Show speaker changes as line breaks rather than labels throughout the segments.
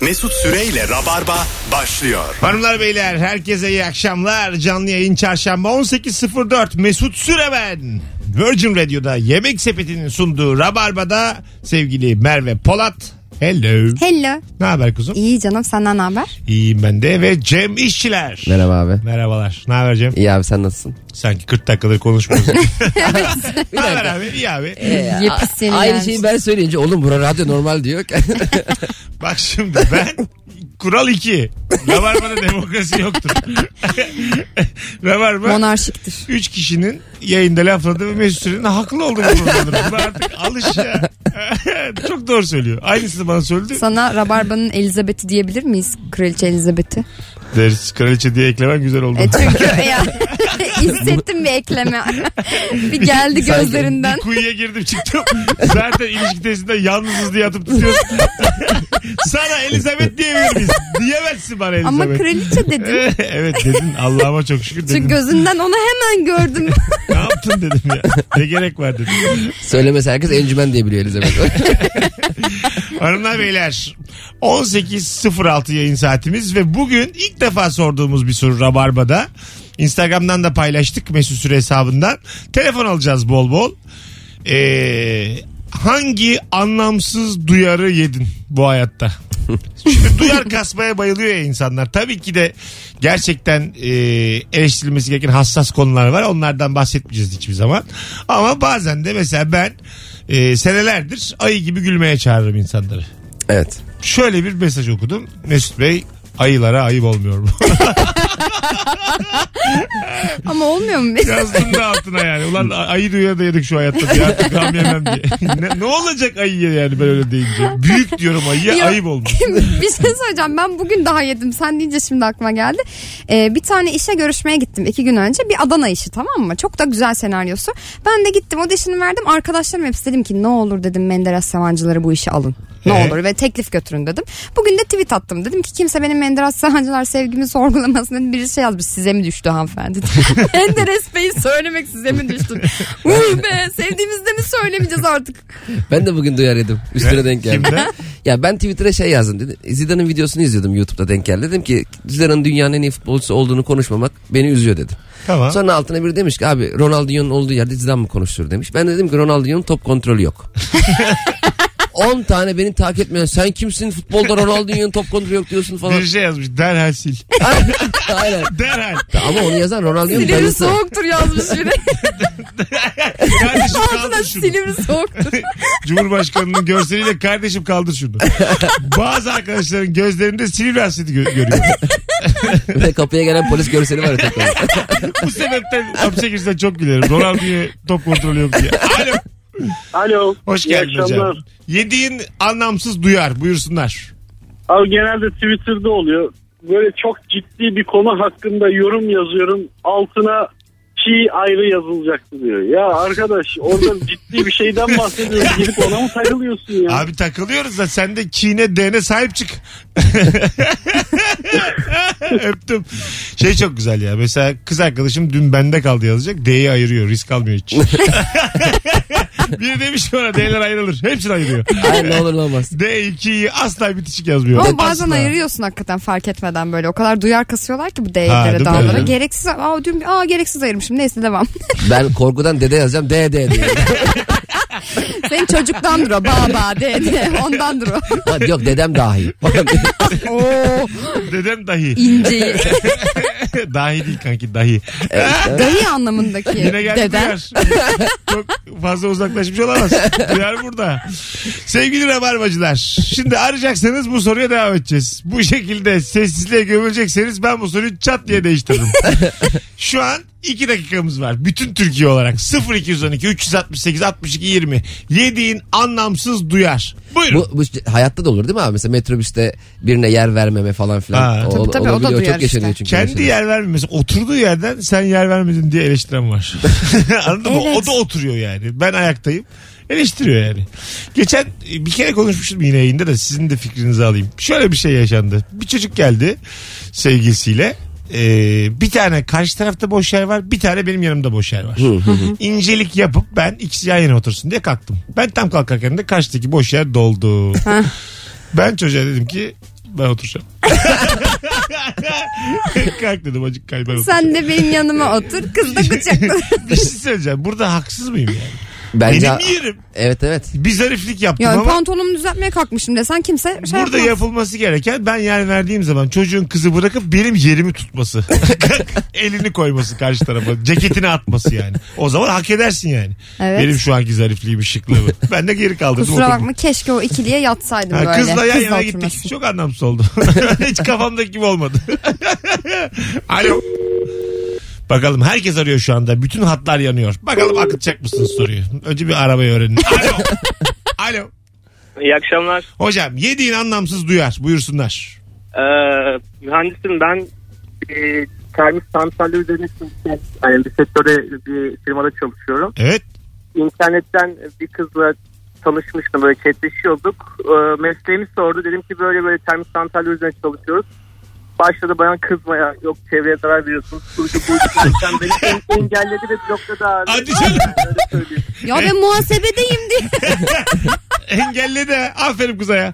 Mesut Süreyle Rabarba başlıyor.
Hanımlar beyler herkese iyi akşamlar. Canlı yayın çarşamba 18.04 Mesut Süremen. Virgin Radio'da Yemek Sepeti'nin sunduğu Rabarba'da sevgili Merve Polat. Hello.
Hello.
Ne haber kuzum?
İyi canım senden ne haber?
İyiyim ben de ve Cem İşçiler.
Merhaba abi.
Merhabalar. Ne haber Cem?
İyi abi sen nasılsın?
Sanki 40 dakikadır konuşmuyoruz.
Bir
ne haber
dakika. Ee,
abi? İyi abi.
Yepyeni
Aynı
gelmiş.
şeyi ben söyleyince oğlum bura radyo normal diyor.
Bak şimdi ben kural 2. Rabarba'da demokrasi yoktur. Rabarba
Monarşiktir.
Üç kişinin yayında lafladığı ve Mesut Süren'in haklı olduğunu vurguladım. Buna artık alış ya. Çok doğru söylüyor. Aynısını bana söyledi.
Sana Rabarba'nın Elizabeth'i diyebilir miyiz? Kraliçe Elizabeth'i.
Deriz kraliçe diye eklemen güzel oldu.
E çünkü ya hissettim bir ekleme. bir geldi
Sanki-
gözlerinden.
Kuyuya girdim çıktım. Zaten ilişki testinde yalnızız diye atıp tutuyorsun. Sana Elizabeth diyebilir miyiz? Diyemezsin bana Elizabeth.
Ama kraliçe dedin.
evet dedin Allah'ıma çok şükür
Çünkü
dedim.
gözünden onu hemen gördüm.
Ne yaptın dedim ya. Ne gerek var dedim.
Söylemesi herkes encümen diye biliyor Elizabeth.
Hanımlar beyler 18.06 yayın saatimiz ve bugün ilk defa sorduğumuz bir soru Rabarba'da. Instagram'dan da paylaştık Mesut Süre hesabından. Telefon alacağız bol bol. Ee, hangi anlamsız duyarı yedin bu hayatta? Şimdi duyar kasmaya bayılıyor ya insanlar. Tabii ki de gerçekten e, eleştirilmesi gereken hassas konular var. Onlardan bahsetmeyeceğiz hiçbir zaman. Ama bazen de mesela ben e, senelerdir ayı gibi gülmeye çağırırım insanları.
evet.
Şöyle bir mesaj okudum. Mesut Bey ayılara ayıp olmuyor mu?
Ama olmuyor mu?
Yazdım da altına yani. Ulan ayı duya da yedik şu hayatta diye artık gam yemem diye. ne, ne olacak ayıya yani ben öyle deyince. Büyük diyorum ayıya
Yok.
ayıp olmuş.
bir şey söyleyeceğim. Ben bugün daha yedim. Sen deyince şimdi aklıma geldi. Ee, bir tane işe görüşmeye gittim iki gün önce. Bir Adana işi tamam mı? Çok da güzel senaryosu. Ben de gittim audition'ı verdim. Arkadaşlarım hepsi dedim ki ne olur dedim Menderes Savancıları bu işi alın. Ne
Ee?
olur ve teklif götürün dedim. Bugün de tweet attım. Dedim ki kimse benim Menderes Savancılar sevgimi sorgulamasın dedim. Birisi şey yazmış size mi düştü hanımefendi? Menderes Bey'i söylemek size mi düştü? Uy be sevdiğimizde mi söylemeyeceğiz artık?
Ben de bugün duyar yedim. Üstüne denk geldi.
Kimden?
Ya ben Twitter'a şey yazdım dedi. Zidane'ın videosunu izliyordum YouTube'da denk geldi. Dedim ki Zidane'ın dünyanın en iyi futbolcusu olduğunu konuşmamak beni üzüyor dedim.
Tamam.
Sonra altına biri demiş ki abi Ronaldinho'nun olduğu yerde Zidane mı konuşur demiş. Ben de dedim ki Ronaldinho'nun top kontrolü yok. 10 tane beni takip etmeyen sen kimsin futbolda Ronaldinho'nun top kontrolü yok diyorsun falan.
Bir şey yazmış derhal sil.
Aynen.
Derhal.
Ama onu yazan Ronaldinho'nun
Silivri
dayısı.
soğuktur yazmış biri.
Kardeşim
Altına
kaldır şunu.
silivri soğuktur.
Cumhurbaşkanının görseliyle kardeşim kaldır şunu. Bazı arkadaşların gözlerinde sinir hasreti gö- görüyorum.
Ve kapıya gelen polis görseli var ya tekrar.
Bu sebepten hapse girsen çok gülerim. Ronaldinho top kontrolü yok diye. Alo.
Alo.
Hoş
iyi
geldin hocam.
akşamlar.
Yediğin anlamsız duyar buyursunlar.
Abi genelde Twitter'da oluyor. Böyle çok ciddi bir konu hakkında yorum yazıyorum. Altına ki ayrı yazılacaktı diyor. Ya arkadaş orada ciddi bir şeyden bahsediyoruz. Gidip ona mı takılıyorsun ya?
Abi takılıyoruz da sen de kine dene sahip çık. Öptüm. Şey çok güzel ya. Mesela kız arkadaşım dün bende kaldı yazacak. D'yi ayırıyor. Risk almıyor hiç. Biri demiş ki ona D'ler ayrılır. Hepsini ayırıyor.
Ay ne olur ne olmaz.
D2'yi asla bitişik yazmıyor.
Ama bazen
Asla.
ayırıyorsun hakikaten fark etmeden böyle. O kadar duyar kasıyorlar ki bu
Ha, değil mi?
D'lere dağlara.
Evet.
Gereksiz. Aa, dün, aa gereksiz ayırmışım. Neyse devam.
Ben korkudan dede yazacağım D D diye.
Senin çocuktandır o. Baba, dede. Ondandır o.
Lan Yok dedem dahi.
Oo,
Dedem dahi.
inceyi.
dahi değil kanki dahi.
Dayı anlamındaki
Yine geldi
deden.
duyar. Çok fazla uzaklaşmış olamaz. Duyar burada. Sevgili Rabarbacılar. Şimdi arayacaksanız bu soruya devam edeceğiz. Bu şekilde sessizliğe gömülecekseniz ben bu soruyu çat diye değiştirdim. Şu an 2 dakikamız var. Bütün Türkiye olarak 0212 368 62 20 yediğin anlamsız duyar. Buyurun.
bu, bu işte hayatta da olur değil mi abi? Mesela metrobüste birine yer vermeme falan filan.
Ha.
O-
Tabii, tabii, o da
olabiliyor.
duyar
Çok yaşanıyor çünkü.
Kendi
yaşanıyor.
yer vermiyor. Mesela oturduğu yerden sen yer vermedin diye eleştiren var. Anladın mı?
Evet.
O da oturuyor yani. Ben ayaktayım. Eleştiriyor yani. Geçen e, bir kere konuşmuştum yine yayında da sizin de fikrinizi alayım. Şöyle bir şey yaşandı. Bir çocuk geldi sevgilisiyle. Ee, bir tane karşı tarafta boş yer var bir tane benim yanımda boş yer var. İncelik yapıp ben ikisi yan yana otursun diye kalktım. Ben tam kalkarken de karşıdaki boş yer doldu. ben çocuğa dedim ki ben oturacağım. Kalk dedim acık kalben otur.
Sen de benim yanıma otur. Kız da kucakla.
Bir şey söyleyeceğim. Burada haksız mıyım yani?
Bence
Benim yerim.
evet evet.
Bir zariflik yaptım
ya
ama
pantolonumu düzeltmeye kalkmışım desen kimse şey
burada
yapmaz.
yapılması gereken ben yer verdiğim zaman çocuğun kızı bırakıp benim yerimi tutması. Elini koyması karşı tarafa. Ceketini atması yani. O zaman hak edersin yani.
Evet.
Benim şu anki zarifliğimi, şıklığımı. Ben de geri kaldırdım.
Kusura
oturdum.
bakma keşke o ikiliye yatsaydım
Ha,
böyle.
kızla yan yana gittik.
oturmasın.
Çok anlamsız oldu. Hiç kafamdaki gibi olmadı. Alo. Bakalım herkes arıyor şu anda. Bütün hatlar yanıyor. Bakalım akıtacak mısınız soruyu. Önce bir arabayı öğrenin. Alo. Alo.
İyi akşamlar.
Hocam yediğin anlamsız duyar. Buyursunlar.
Ee, mühendisim ben e, termik santraller üzerine çalışan, yani bir sektörde bir firmada çalışıyorum.
Evet.
İnternetten bir kızla tanışmıştım böyle chatleşiyorduk. Ee, mesleğimi sordu dedim ki böyle böyle termik santraller üzerine çalışıyoruz. Başladı bayan kızmaya yok çevreye zarar veriyorsunuz. Kurucu bu yüzden beni en- engelledi ve blokladı abi.
Hadi canım.
Öyle söyleyeyim.
Ya ben muhasebedeyim diye.
Engelli de. Aferin kıza ya.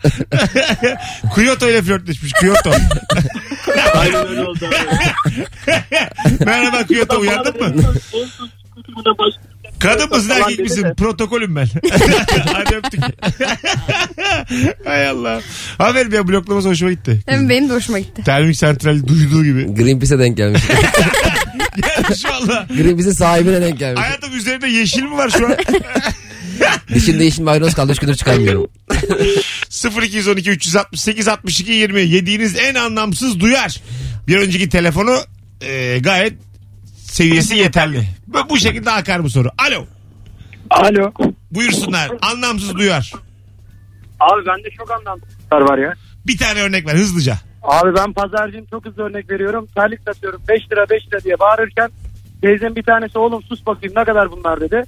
Kyoto ile flörtleşmiş. Kyoto.
Aynen öyle oldu abi.
Merhaba Kyoto uyandın mı? Kadın mısın
Falan
erkek
dedi
misin?
de.
Protokolüm ben. Hadi öptük. Hay Allah. Aferin ya bloklaması hoşuma gitti.
Hem benim de hoşuma gitti.
Termik santral duyduğu gibi.
Greenpeace'e denk gelmiş.
Gelmiş valla.
Greenpeace'in sahibine denk gelmiş.
Hayatım üzerinde yeşil mi var şu an?
Dişinde yeşil maydanoz kaldı. Üç gündür çıkarmıyorum.
0212 368 62 20 yediğiniz en anlamsız duyar. Bir önceki telefonu e, gayet seviyesi yeterli. Bu, bu şekilde akar bu soru. Alo.
Alo.
Buyursunlar. Anlamsız duyar.
Abi bende çok anlamsızlar var ya.
Bir tane örnek ver hızlıca.
Abi ben pazarcıyım çok hızlı örnek veriyorum. Terlik satıyorum 5 lira 5 lira diye bağırırken teyzem bir tanesi oğlum sus bakayım ne kadar bunlar dedi.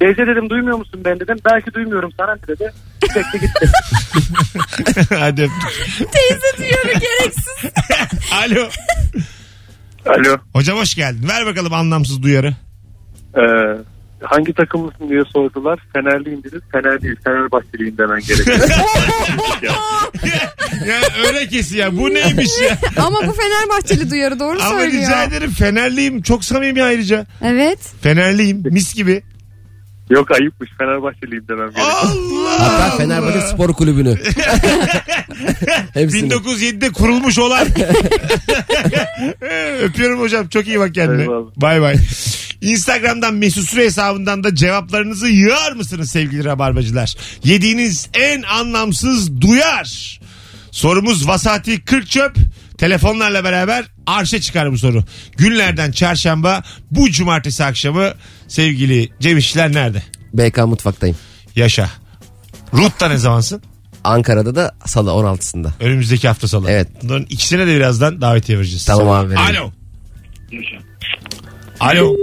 Teyze dedim duymuyor musun ben dedim. Belki duymuyorum sana dedi. Çekti gitti.
Hadi öptük.
Teyze diyorum gereksiz.
Alo.
Alo.
Hocam hoş geldin. Ver bakalım anlamsız duyarı.
Ee, hangi takımlısın diye sordular. Fenerliyim dedim. Fener değil. Fenerbahçeliyim demen gerekiyor.
ya örekesi ya bu neymiş ya.
Ama bu Fenerbahçeli duyarı doğru
Ama
söylüyor.
rica ederim Fenerliyim. Çok samimi ayrıca.
Evet.
Fenerliyim mis gibi.
Yok ayıpmış. Fenerbahçeliyim demem gerekiyor.
Allah
Hatta
Allah.
Fenerbahçe Spor Kulübü'nü. Hepsini.
1907'de kurulmuş olan. Öpüyorum hocam. Çok iyi bak kendine.
Eyvallah.
Bay bay. Instagram'dan Mesut Süre hesabından da cevaplarınızı yığar mısınız sevgili rabarbacılar? Yediğiniz en anlamsız duyar. Sorumuz vasati 40 çöp. Telefonlarla beraber arşa çıkar bu soru. Günlerden çarşamba bu cumartesi akşamı sevgili Cem İşçiler nerede?
BK Mutfak'tayım.
Yaşa. Rut'ta ne zamansın?
Ankara'da da salı 16'sında.
Önümüzdeki hafta salı.
Evet.
Bunların ikisine de birazdan davetiye vereceğiz.
Tamam abi, verelim.
Alo. Alo.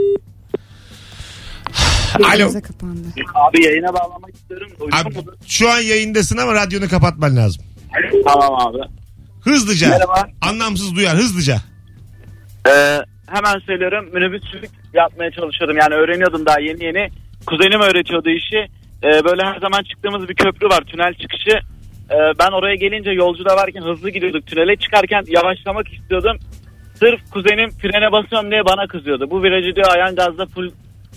Alo.
Gözümüze kapandı.
Abi yayına bağlamak istiyorum.
Abi, şu an yayındasın ama radyonu kapatman lazım.
Tamam abi.
Hızlıca.
Merhaba.
Anlamsız duyar hızlıca.
Ee, hemen söylüyorum minibüsçülük yapmaya çalışıyordum. Yani öğreniyordum daha yeni yeni. Kuzenim öğretiyordu işi. Ee, böyle her zaman çıktığımız bir köprü var tünel çıkışı. Ee, ben oraya gelince yolcu da varken hızlı gidiyorduk tünele. Çıkarken yavaşlamak istiyordum. Sırf kuzenim frene basıyorum diye bana kızıyordu. Bu virajı diyor ayağın gazda full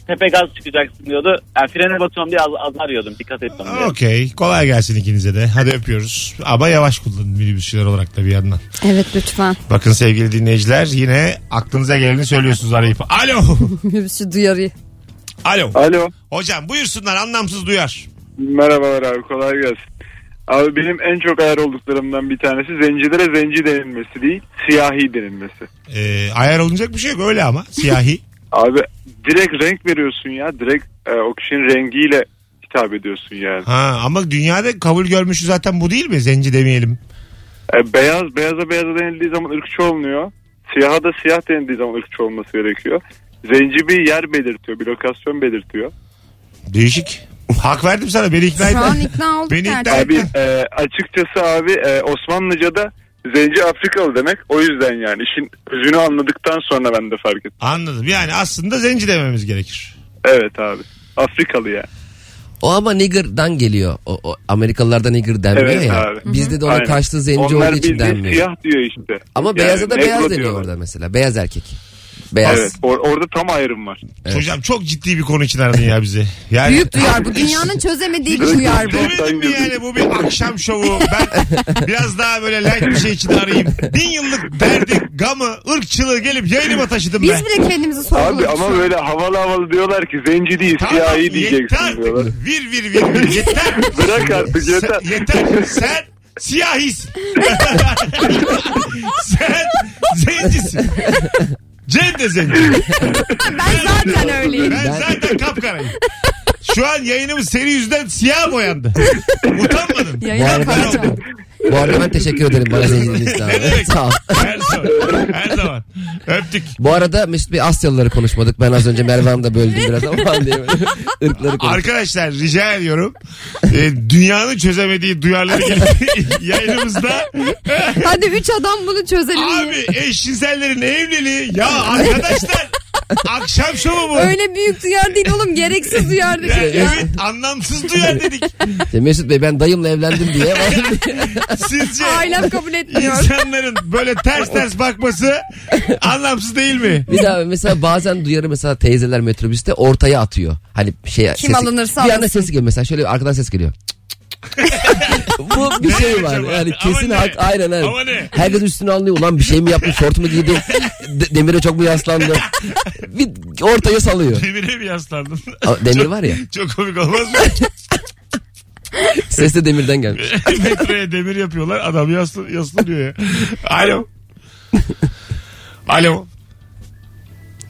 tepe gaz çıkacaksın diyordu. Yani frene basıyorum diye az- azar yiyordum. Dikkat ettim diye.
Okey. Kolay gelsin ikinize de. Hadi öpüyoruz. Ama yavaş kullanın minibüsçüler olarak da bir yandan.
Evet lütfen.
Bakın sevgili dinleyiciler yine aklınıza geleni söylüyorsunuz arayıp. Alo.
Minibüsçü duyarı.
Alo.
Alo.
Hocam buyursunlar anlamsız duyar.
Merhabalar abi kolay gelsin. Abi benim en çok ayar olduklarımdan bir tanesi zencilere zenci denilmesi değil, siyahi denilmesi.
Ee, ayar olunacak bir şey yok öyle ama. Siyahi.
Abi direkt renk veriyorsun ya, direkt e, o kişinin rengiyle hitap ediyorsun yani.
Ha ama dünyada kabul görmüşü zaten bu değil mi? Zenci demeyelim.
E, beyaz, beyaza beyaza denildiği zaman ırkçı olmuyor. Siyaha da siyah denildiği zaman ırkçı olması gerekiyor. Zenci bir yer belirtiyor, bir lokasyon belirtiyor.
Değişik. Hak verdim sana beni ikna
Şu an
et.
ikna olduk
Beni ikna
gerçekten.
Abi e, açıkçası abi e, Osmanlıca'da zenci Afrikalı demek. O yüzden yani işin özünü anladıktan sonra ben de fark ettim.
Anladım. Yani aslında zenci dememiz gerekir.
Evet abi. Afrikalı ya.
O ama nigger'dan geliyor. O, o Amerikalılarda nigger denmiyor
Evet
ya.
abi.
Bizde de ona
Aynen.
karşılığı zenci
Onlar
olduğu için
bildiğin
denmiyor.
siyah diyor işte.
Ama
Yani
beyaza da
negro
beyaz deniyor
diyorlar.
orada mesela. Beyaz erkek. Beyaz.
Evet or- orada tam ayrım var.
Evet.
Hocam çok ciddi bir konu için aradın ya bizi. Yani,
Büyük duyar bu. Dünyanın çözemediği bir duyar bu.
Demedim mi yani bu bir akşam şovu. Ben biraz daha böyle light bir şey için arayayım. Bin yıllık derdi, gamı, ırkçılığı gelip yayınıma taşıdım
Biz
ben.
bile kendimizi
Abi
sorguladık.
ama böyle havalı havalı diyorlar ki zenci değil
Tamam,
siyahi
yeter
diyeceksin
artık.
diyorlar.
Vir vir vir vir. Yeter.
Bırak artık yeter.
Sen, yeter. Sen siyahisin. Sen zencisin. Cem de zenci.
Ben zaten öyleyim.
Ben zaten kapkarayım. Şu an yayınımız seri yüzden siyah boyandı. Utanmadın.
Yani-
Yayına kalacağım.
Bu arada ben teşekkür ederim bana zenciliğiniz için
Ne
abi.
demek?
Sağ ol.
Her zaman. Her zaman. Öptük.
Bu arada Mesut Bey Asyalıları konuşmadık. Ben az önce Merve Hanım da böldüm biraz ama diye böyle ırkları konuştuk.
Arkadaşlar rica ediyorum. Ee, dünyanın çözemediği duyarları gelip yayınımızda
Hadi üç adam bunu çözelim. diye.
abi eşcinsellerin evliliği ya arkadaşlar akşam şovu bu.
Öyle büyük duyar değil oğlum. Gereksiz duyar
Ya,
Şey,
dedik ya.
evet anlamsız duyar dedik.
İşte Mesut Bey ben dayımla evlendim diye.
Sizce
Ailem kabul etmiyor.
insanların böyle ters ters bakması anlamsız değil mi?
Bir daha mesela bazen duyarım mesela teyzeler metrobüste ortaya atıyor. Hani şey
Kim alınırsa
Bir anda
alınsın.
ses geliyor mesela şöyle bir arkadan ses geliyor. Bu bir şey var.
acaba?
Yani
Ama
kesin
ne?
hak aynen aynen.
Ama ne?
Herkes üstüne anlıyor. Ulan bir şey mi yaptım şort mu giydim? De- demire çok mu yaslandım? bir ortaya salıyor.
Demire mi yaslandın?
Ama Demir
Çok-
var ya.
Çok komik olmaz mı?
Ses de demirden gelmiş.
Metroya demir yapıyorlar. Adam yaslan, yaslanıyor ya. Alo. Alo.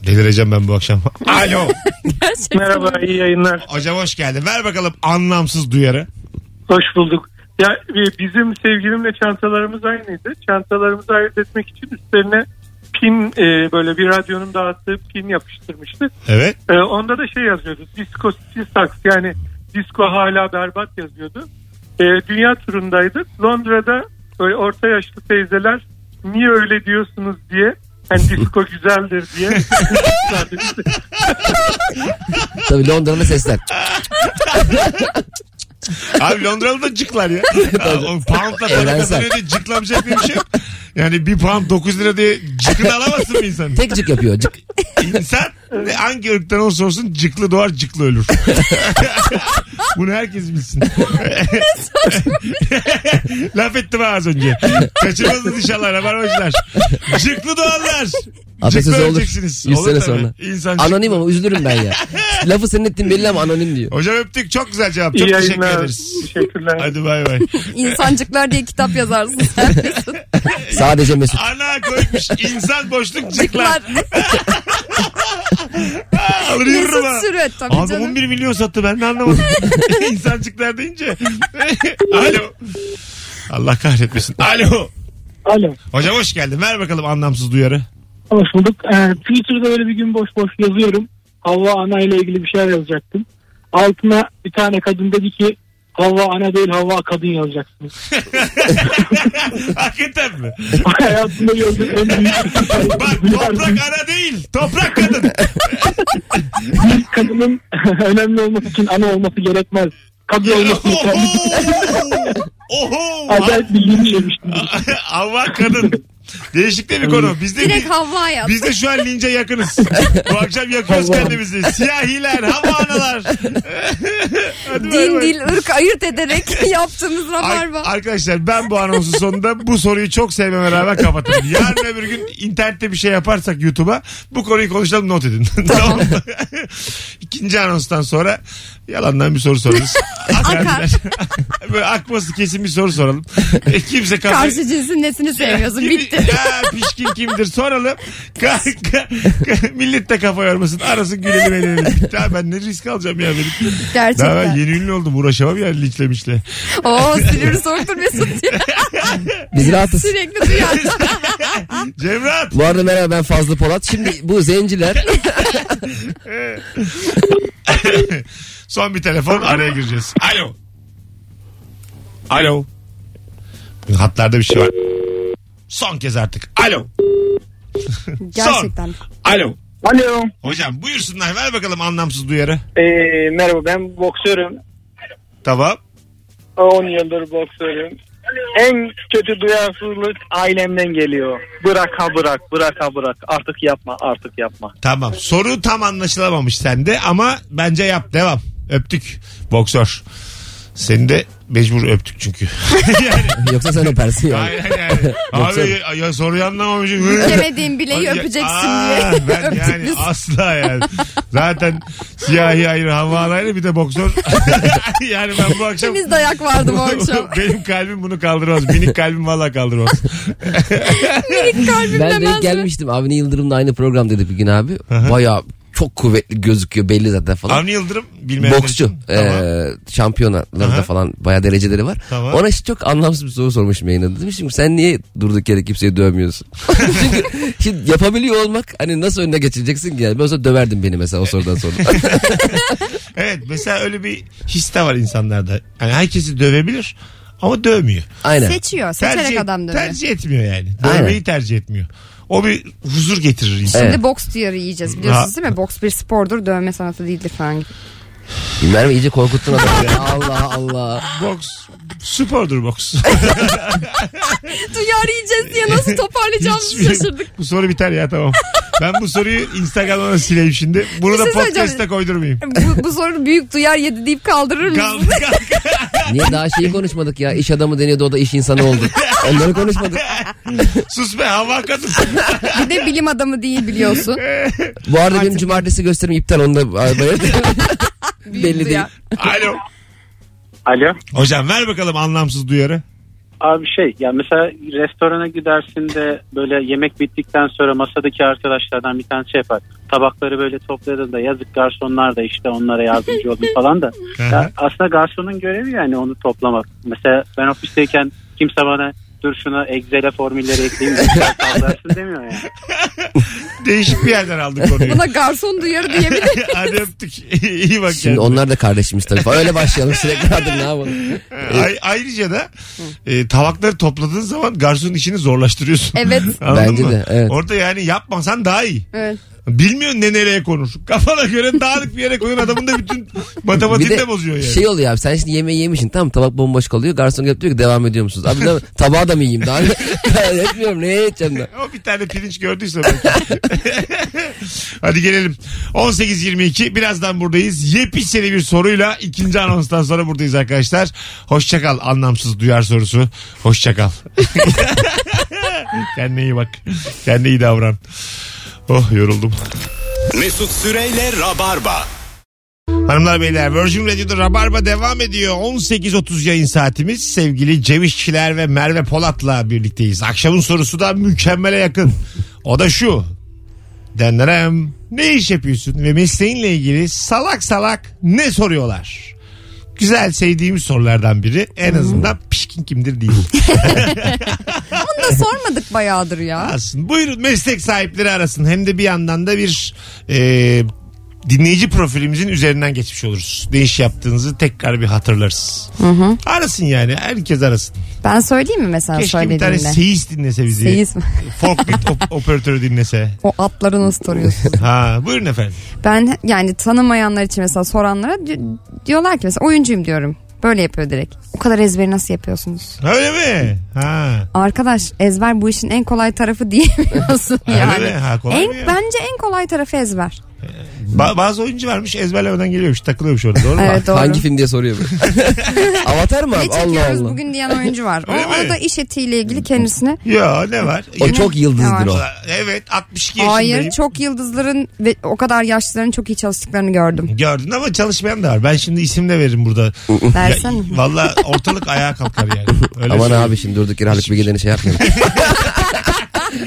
Delireceğim ben bu akşam. Alo.
Merhaba iyi yayınlar.
Hocam hoş geldin. Ver bakalım anlamsız duyarı.
Hoş bulduk. Ya e, bizim sevgilimle çantalarımız aynıydı. Çantalarımızı ayırt etmek için üstlerine pin e, böyle bir radyonun dağıttığı pin yapıştırmıştı.
Evet.
E, onda da şey yazıyordu. Disco City Sax yani disco hala berbat yazıyordu. E, dünya turundaydık. Londra'da böyle orta yaşlı teyzeler niye öyle diyorsunuz diye
"Hani
yani disco güzeldir diye.
Tabii Londra'nın sesler.
Abi Londra'lı da cıklar ya. Aa, o poundla para
Evrensel.
kazanıyor diye cıklamayacak diye bir şey yok. Yani bir pound 9 lira diye cıkını alamazsın mı insan?
Tek cık yapıyor. Cık.
İnsan ne- hangi ırktan olursa olsun cıklı doğar cıklı ölür. Bunu herkes bilsin. Laf ettim ha az önce. Kaçırmadınız inşallah rabarmacılar. Cıklı doğanlar.
Affetsiniz
Cıklı
olur.
öleceksiniz.
100
Olur
sene
tabii.
sonra.
İnsan cıklı.
Anonim ama üzülürüm ben ya. Lafı senin ettin belli ama anonim diyor.
Hocam öptük çok güzel cevap. Çok
İyi
teşekkür
yayınlar.
ederiz.
Teşekkürler.
Hadi bay bay.
İnsancıklar diye kitap yazarsın.
Sadece Mesut.
Ana koymuş insan boşluk cıklar.
Cıklar.
Alır yürürüm ha.
Mesut Sürüt tabii
Abi
canım.
11 milyon sattı ben de anlamadım. İnsancıklar deyince. Alo. Allah kahretmesin. Alo.
Alo.
Hocam hoş geldin. Ver bakalım anlamsız duyarı.
Hoş bulduk. Ee, Twitter'da öyle bir gün boş boş yazıyorum. Havva Ana ile ilgili bir şeyler yazacaktım. Altına bir tane kadın dedi ki Havva Ana değil Havva Kadın yazacaksınız.
Hakikaten mi?
Hayatımda gördüğüm en büyük
Bak toprak ana değil. Toprak kadın.
Bir kadının önemli olması için ana olması gerekmez. Kadın olması
Oho.
yeterli.
Oho.
Acayip bir yeni yemiştim.
Allah kadın. Değişik değil mi konu? Bizde
Direkt Havva yaz.
Biz de şu an lince yakınız. Bu akşam yakıyoruz kendimizi. Siyahiler, havanalar. Hadi bay
Din
bay.
dil ırk ayırt ederek yaptığımız
Ar-
rabarba.
arkadaşlar ben bu anonsun sonunda bu soruyu çok sevmeme rağmen kapatırım. Yarın öbür gün internette bir şey yaparsak YouTube'a bu konuyu konuşalım not edin. tamam mı? İkinci anonstan sonra yalandan bir soru sorarız. Akar.
Akar.
Böyle akması kesin bir soru soralım. E, kimse kafayı...
Karşı cinsin nesini sevmiyorsun
Kim-
bitti.
Ya pişkin kimdir soralım. Ka, ka, ka- millet de kafa yormasın. Arasın gülelim eğlenelim. Bitti abi, ben ne risk alacağım ya benim. Daha ben
Gerçekten.
yeni ünlü oldum uğraşamam ya linçlemişle.
Oo silivri soğuktur Mesut ya.
Biz rahatız.
Sürekli duyar.
Cemrat.
Bu arada merhaba ben Fazlı Polat. Şimdi bu zenciler
Son bir telefon araya gireceğiz. Alo. Alo. Hatlarda bir şey var. Son kez artık. Alo.
Gerçekten.
Alo.
Alo.
Hocam buyursunlar ver bakalım anlamsız duyarı.
Ee, merhaba ben boksörüm. Ee,
Tamam.
10 yıldır boksörüm. En kötü duyarsızlık ailemden geliyor.
Bırak ha bırak bırak ha bırak artık yapma artık yapma.
Tamam. Soru tam anlaşılamamış sende ama bence yap devam. Öptük. Boksör. Seni de mecbur öptük çünkü. yani,
Yoksa sen öpersin yani.
hayır, hayır, hayır. Abi ya, soruyu anlamamışım.
Bilemediğin bileği
Ay,
öpeceksin
aa,
diye.
Ben
Öptük
yani
biz.
asla yani. Zaten siyahi ayrı havaalayla bir de boksör. yani ben bu akşam...
Biz dayak vardı bu akşam.
Benim kalbim bunu kaldırmaz. Minik kalbim valla kaldırmaz.
Minik kalbim
Ben
demez
denk
mi?
gelmiştim. Avni Yıldırım'la aynı programdaydı bir gün abi. Baya çok kuvvetli gözüküyor belli zaten falan.
Avni Yıldırım bilmeyenler
Boksçu.
için.
Ee,
Tamam.
şampiyonalarda
Aha.
da falan baya dereceleri var.
Tamam.
Ona işte çok anlamsız bir soru sormuşum yayında. Demiştim ki, sen niye durduk yere kimseyi dövmüyorsun? Çünkü şimdi yapabiliyor olmak hani nasıl önüne geçileceksin ki? Yani ben olsa döverdim beni mesela o sorudan sonra.
Evet mesela öyle bir his de var insanlarda. Yani herkesi dövebilir ama dövmüyor.
Aynen.
Seçiyor. Seçerek adam dövüyor.
tercih etmiyor yani.
Aynen.
Dövmeyi tercih etmiyor. O bir huzur getirir insana.
Şimdi
Evet.
boks diyarı yiyeceğiz biliyorsunuz değil mi? Boks bir spordur dövme sanatı değildir falan gibi.
Merve iyice korkuttun adamı. ya. Allah Allah.
Boks spordur boks.
Duyarı yiyeceğiz diye nasıl toparlayacağımızı
Hiçbir-
şaşırdık.
Bu soru biter ya tamam. Ben bu soruyu Instagram'dan da sileyim şimdi. Bunu
Bir
da
şey söyleyeceğim.
podcast'ta koydurmayayım.
Bu, bu soru büyük duyar yedi deyip kaldırır
Kal,
mısın?
kal-
Niye daha şeyi konuşmadık ya? İş adamı deniyordu o da iş insanı oldu. Onları konuşmadık.
sus be hava kadın.
bir de bilim adamı değil biliyorsun.
Bu arada benim cumartesi gösterim iptal onu da belli
Büyük
değil.
duyar.
Alo.
Alo.
Hocam ver bakalım anlamsız duyarı.
Abi şey ya mesela restorana gidersin de böyle yemek bittikten sonra masadaki arkadaşlardan bir tanesi şey yapar. Tabakları böyle topladın da yazık garsonlar da işte onlara yardımcı olun falan da. Ya aslında garsonun görevi yani onu toplamak. Mesela ben ofisteyken kimse bana dur şuna Excel'e formülleri ekleyeyim de sallarsın demiyor yani.
Değişik bir yerden aldık konuyu.
Buna garson duyarı diyebilir.
Hadi öptük. İyi bak
Şimdi
kendine.
onlar da kardeşimiz tabii. falan. Öyle başlayalım sürekli adım ne yapalım.
Ay- ayrıca da e, tabakları topladığın zaman garsonun işini zorlaştırıyorsun.
Evet.
Anladın
Bence
mı?
de, evet.
Orada yani yapmasan daha iyi.
Evet.
Bilmiyorsun ne nereye konur. Kafana göre dağınık bir yere koyun adamın da bütün matematiğini de, bozuyor yani.
şey oluyor abi sen şimdi yemeği yemişsin tamam tabak bomboş kalıyor garson gelip diyor ki devam ediyor musunuz? Abi devam- tabağı da mı yiyeyim daha ne? Etmiyorum neye edeceğim ben?
O bir tane pirinç gördüyse belki. Hadi gelelim. 18.22 birazdan buradayız. Yepyeni bir soruyla ikinci anonstan sonra buradayız arkadaşlar. Hoşçakal anlamsız duyar sorusu. Hoşçakal. Kendine iyi bak. Kendine iyi davran. Oh yoruldum.
Mesut Süreyle Rabarba.
Hanımlar beyler Virgin Radio'da Rabarba devam ediyor. 18.30 yayın saatimiz. Sevgili Cem İşçiler ve Merve Polat'la birlikteyiz. Akşamın sorusu da mükemmele yakın. O da şu. Denlerem. Ne iş yapıyorsun ve mesleğinle ilgili salak salak ne soruyorlar? Güzel sevdiğimiz sorulardan biri. En azından pişkin kimdir değil.
Bunu da sormadık bayağıdır ya.
Arasın. Buyurun meslek sahipleri arasın. Hem de bir yandan da bir e, dinleyici profilimizin üzerinden geçmiş oluruz. Ne iş yaptığınızı tekrar bir hatırlarız. Arasın yani. Herkes arasın.
Ben söyleyeyim mi mesela
Keşke bir tane
söylediğimde?
seyis dinlese bizi.
Seyis mi?
Forklift op- operatörü dinlese.
O atları nasıl soruyorsun?
Ha, buyurun efendim.
Ben yani tanımayanlar için mesela soranlara di- diyorlar ki mesela oyuncuyum diyorum. Böyle yapıyor direkt. O kadar ezberi nasıl yapıyorsunuz?
Öyle mi? Ha.
Arkadaş ezber bu işin en kolay tarafı diyemiyorsun
Öyle mi?
yani.
Ha, kolay
En,
mı ya?
bence en kolay tarafı ezber.
Ba- bazı oyuncu varmış ezberlemeden geliyormuş takılıyormuş orada doğru mu?
Evet doğru.
Hangi film diye soruyor böyle. Avatar mı
ne
abi? Allah
çekiyoruz
Allah.
bugün diyen oyuncu var. O,
Öyle mi?
o da iş etiyle ilgili kendisine.
Ya ne var?
O çok yıldızdır o.
Evet 62 yaşındayım.
Hayır çok yıldızların ve o kadar yaşlıların çok iyi çalıştıklarını gördüm.
Gördün ama çalışmayan da var. Ben şimdi isim de veririm burada.
Versene.
Valla ortalık ayağa kalkar yani. Öyle şey
Aman
söyleyeyim.
abi şimdi durduk yere Haluk Bilginer'in şey yapmayalım.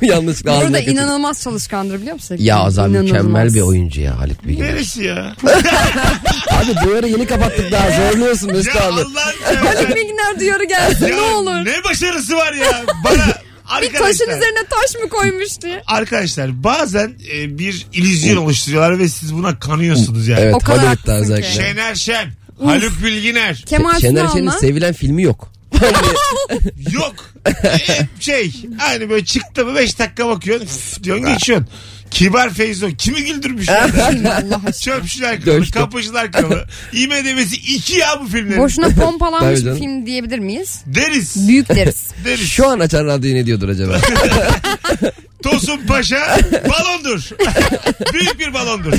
Yanlışlıkla ağzına
Burada
kaçırdım.
inanılmaz çalışkandır biliyor musun?
Ya Azam
İnanılmaz.
mükemmel bir oyuncu ya Haluk Bilginer.
Neresi ya?
Abi bu ara yeni kapattık daha zorluyorsun Mesut
ya
abi.
Allah'ım ya.
Haluk Bilginer duyarı gelsin
Ya
ne olur.
Ne başarısı var ya? Bana
Bir taşın
arkadaşlar.
üzerine taş mı koymuş diye.
Arkadaşlar bazen e, bir illüzyon oluşturuyorlar ve siz buna kanıyorsunuz yani.
Evet
O kadar
Hollywood'da
haklısın
özellikle.
ki. Şey-
Şener Şen, Haluk Bilginer.
Kemal
Şener Şen'in
Sunal'la
sevilen filmi yok.
Yok. E, şey hani böyle çıktı mı 5 dakika bakıyorsun üf, diyorsun geçiyorsun. Kibar Feyzo kimi güldürmüş ya? Çöpçüler kralı,
Dövüştü.
kapıcılar kralı. İmedemesi iki ya bu filmlerin.
Boşuna
Tabii
pompalanmış bir
canım.
film diyebilir miyiz?
Deriz.
Büyük deriz.
Deriz.
Şu an açan radyoyu ne diyordur acaba?
Tosun Paşa balondur. Büyük bir balondur.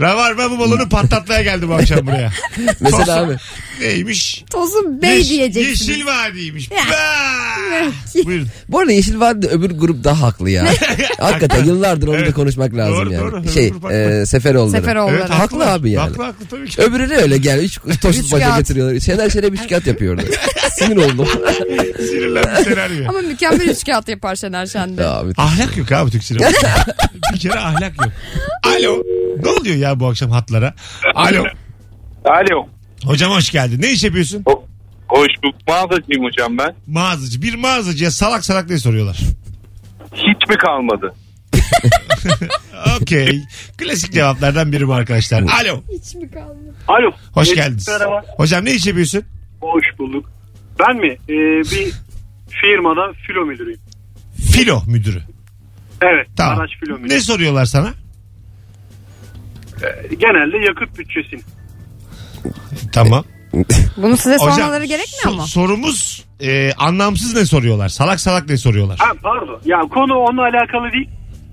Ravarba bu balonu patlatmaya geldi bu akşam buraya. Tosun-
Mesela abi
Neymiş?
Tosun Bey
Yeş-
diyeceksiniz.
Yeşil vadiymiş. Bah! Buyurun.
bu arada Yeşil Vadide öbür grup daha haklı ya. Hakikaten yıllardır onu da
Evet.
konuşmak lazım
Doğru,
yani.
doğru.
Şey
Öbür grup haklı.
e, Seferoğulları.
Seferoğulları.
Evet,
Haklı
haklılar.
abi yani.
Haklı haklı tabii ki.
Öbürü de öyle gel. Üç tost
Üç kağıt.
baca getiriyorlar. Şener Şen'e bir şikayet yapıyordu. Sinir oldum.
Sinirlenmiş senaryo.
Ama mükemmel üç kağıt yapar Şener Şen'de.
Ya abi.
Ahlak yok abi Türk sinemasında. bir kere ahlak yok. Alo. Ne oluyor ya bu akşam hatlara? Alo.
Alo.
Hocam hoş geldin. Ne iş yapıyorsun?
Hoş bulduk. Mağazacıyım hocam ben.
Mağazacı. Bir mağazacıya salak salak ne soruyorlar?
Hiç mi kalmadı?
Okey. Klasik cevaplardan biri bu arkadaşlar. Alo.
Hiç mi kaldı?
Alo.
Hoş
Evet,
geldiniz.
Merhaba.
Hocam ne iş yapıyorsun?
Hoş bulduk. Ben mi? Ee, bir firmada filo müdürüyüm.
Filo müdürü.
Evet.
Tamam.
Araç filo müdürü.
Ne soruyorlar sana?
Genelde yakıt bütçesini.
Tamam.
Bunu size
Hocam,
E, sormaları gerekmiyor
so-
mu?
Sorumuz e, anlamsız ne soruyorlar? Salak salak ne soruyorlar?
Ha, pardon. Ya konu onunla alakalı değil.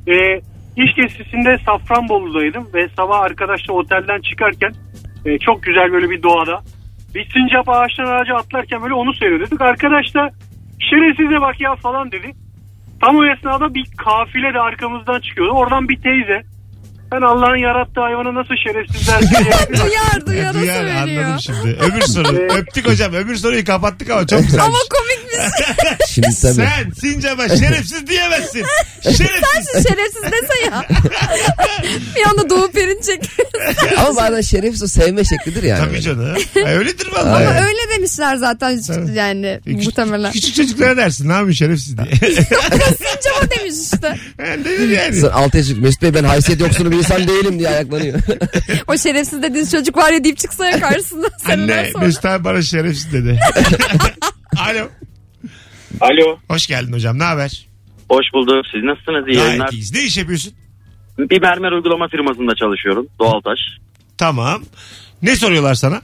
Ee, iş gezisinde Safranbolu'daydım ve sabah arkadaşla otelden çıkarken e, çok güzel böyle bir doğada bir sincap ağaçtan ağaca atlarken böyle onu seyrediyorduk. Arkadaş da şerefsize bak ya falan dedi. Tam o esnada bir kafile de arkamızdan çıkıyordu. Oradan bir teyze ben Allah'ın yarattığı hayvana nasıl şerefsizler diye.
Duyar duyar
E, duyar,
nasıl
anladım
veriyor?
şimdi. Öbür soru. Öptük hocam. Öbür soruyu kapattık ama çok güzel.
Ama komik bir şey.
Şimdi tabii.
Sen Sincap'a şerefsiz diyemezsin. Şerefsiz.
Şerefsiz dese ya. bir anda Doğu Perinçek.
Ama bazen şerefsiz o sevme şeklidir yani.
Tabii canım. Ha, öyledir
Ama
vallahi.
öyle demişler zaten
Tabii.
yani
Küç-
muhtemelen.
E, Küçük çocuklara dersin ne yapıyorsun şerefsiz diye.
Sincap'a demiş işte.
yani denir yani.
Sen altı yaşındaki Mesut Bey ben haysiyet yoksunu bir insan değilim diye ayaklanıyor.
O şerefsiz dediğiniz çocuk var ya deyip çıksa ya karşısında seneler
Anne
sonra.
Mesut abi bana şerefsiz dedi. Alo.
Alo.
Hoş geldin hocam. Ne haber?
Hoş bulduk. Siz nasılsınız? İyi
Gayet iyiyiz. Ne iş yapıyorsun?
Bir mermer uygulama firmasında çalışıyorum. Doğaltaş.
Tamam. Ne soruyorlar sana?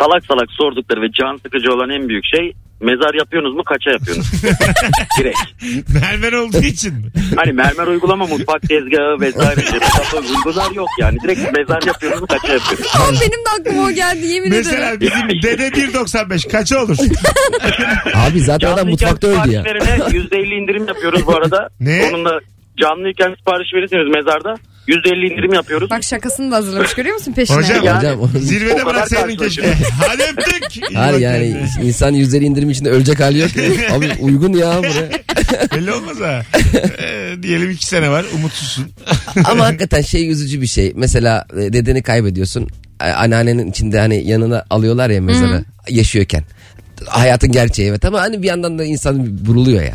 Salak salak sordukları ve can sıkıcı olan en büyük şey mezar yapıyorsunuz mu kaça yapıyorsunuz? Direkt.
Mermer olduğu için mi?
Hani mermer uygulama mutfak tezgahı vesaire. Mezar yok yani. Direkt mezar yapıyorsunuz mu kaça yapıyorsunuz?
Tam benim de aklıma o geldi yemin ederim.
Mesela bizim dede 1.95 kaça olur?
Abi zaten adam
Canlıyken
mutfakta öldü ya.
siparişlerine %50 indirim yapıyoruz bu arada.
Ne?
Onunla canlıyken sipariş verirseniz mezarda %50 indirim yapıyoruz.
Bak şakasını da hazırlamış görüyor musun peşine?
Hocam.
Yani-
Hocam o-
Zirvede
O kadar
bıraksaydın keşke. Hadi öptük. İyi
Hayır
bak
yani
kendine.
insan yüzleri indirim içinde ölecek hali yok. ya. Abi uygun ya buraya.
Belli olmaz ha. Ee, diyelim iki sene var umutsuzsun.
Ama hakikaten şey üzücü bir şey. Mesela e, dedeni kaybediyorsun. A- Anneannenin içinde hani yanına alıyorlar ya mezara yaşıyorken. Hayatın gerçeği evet ama hani bir yandan da insan vuruluyor ya.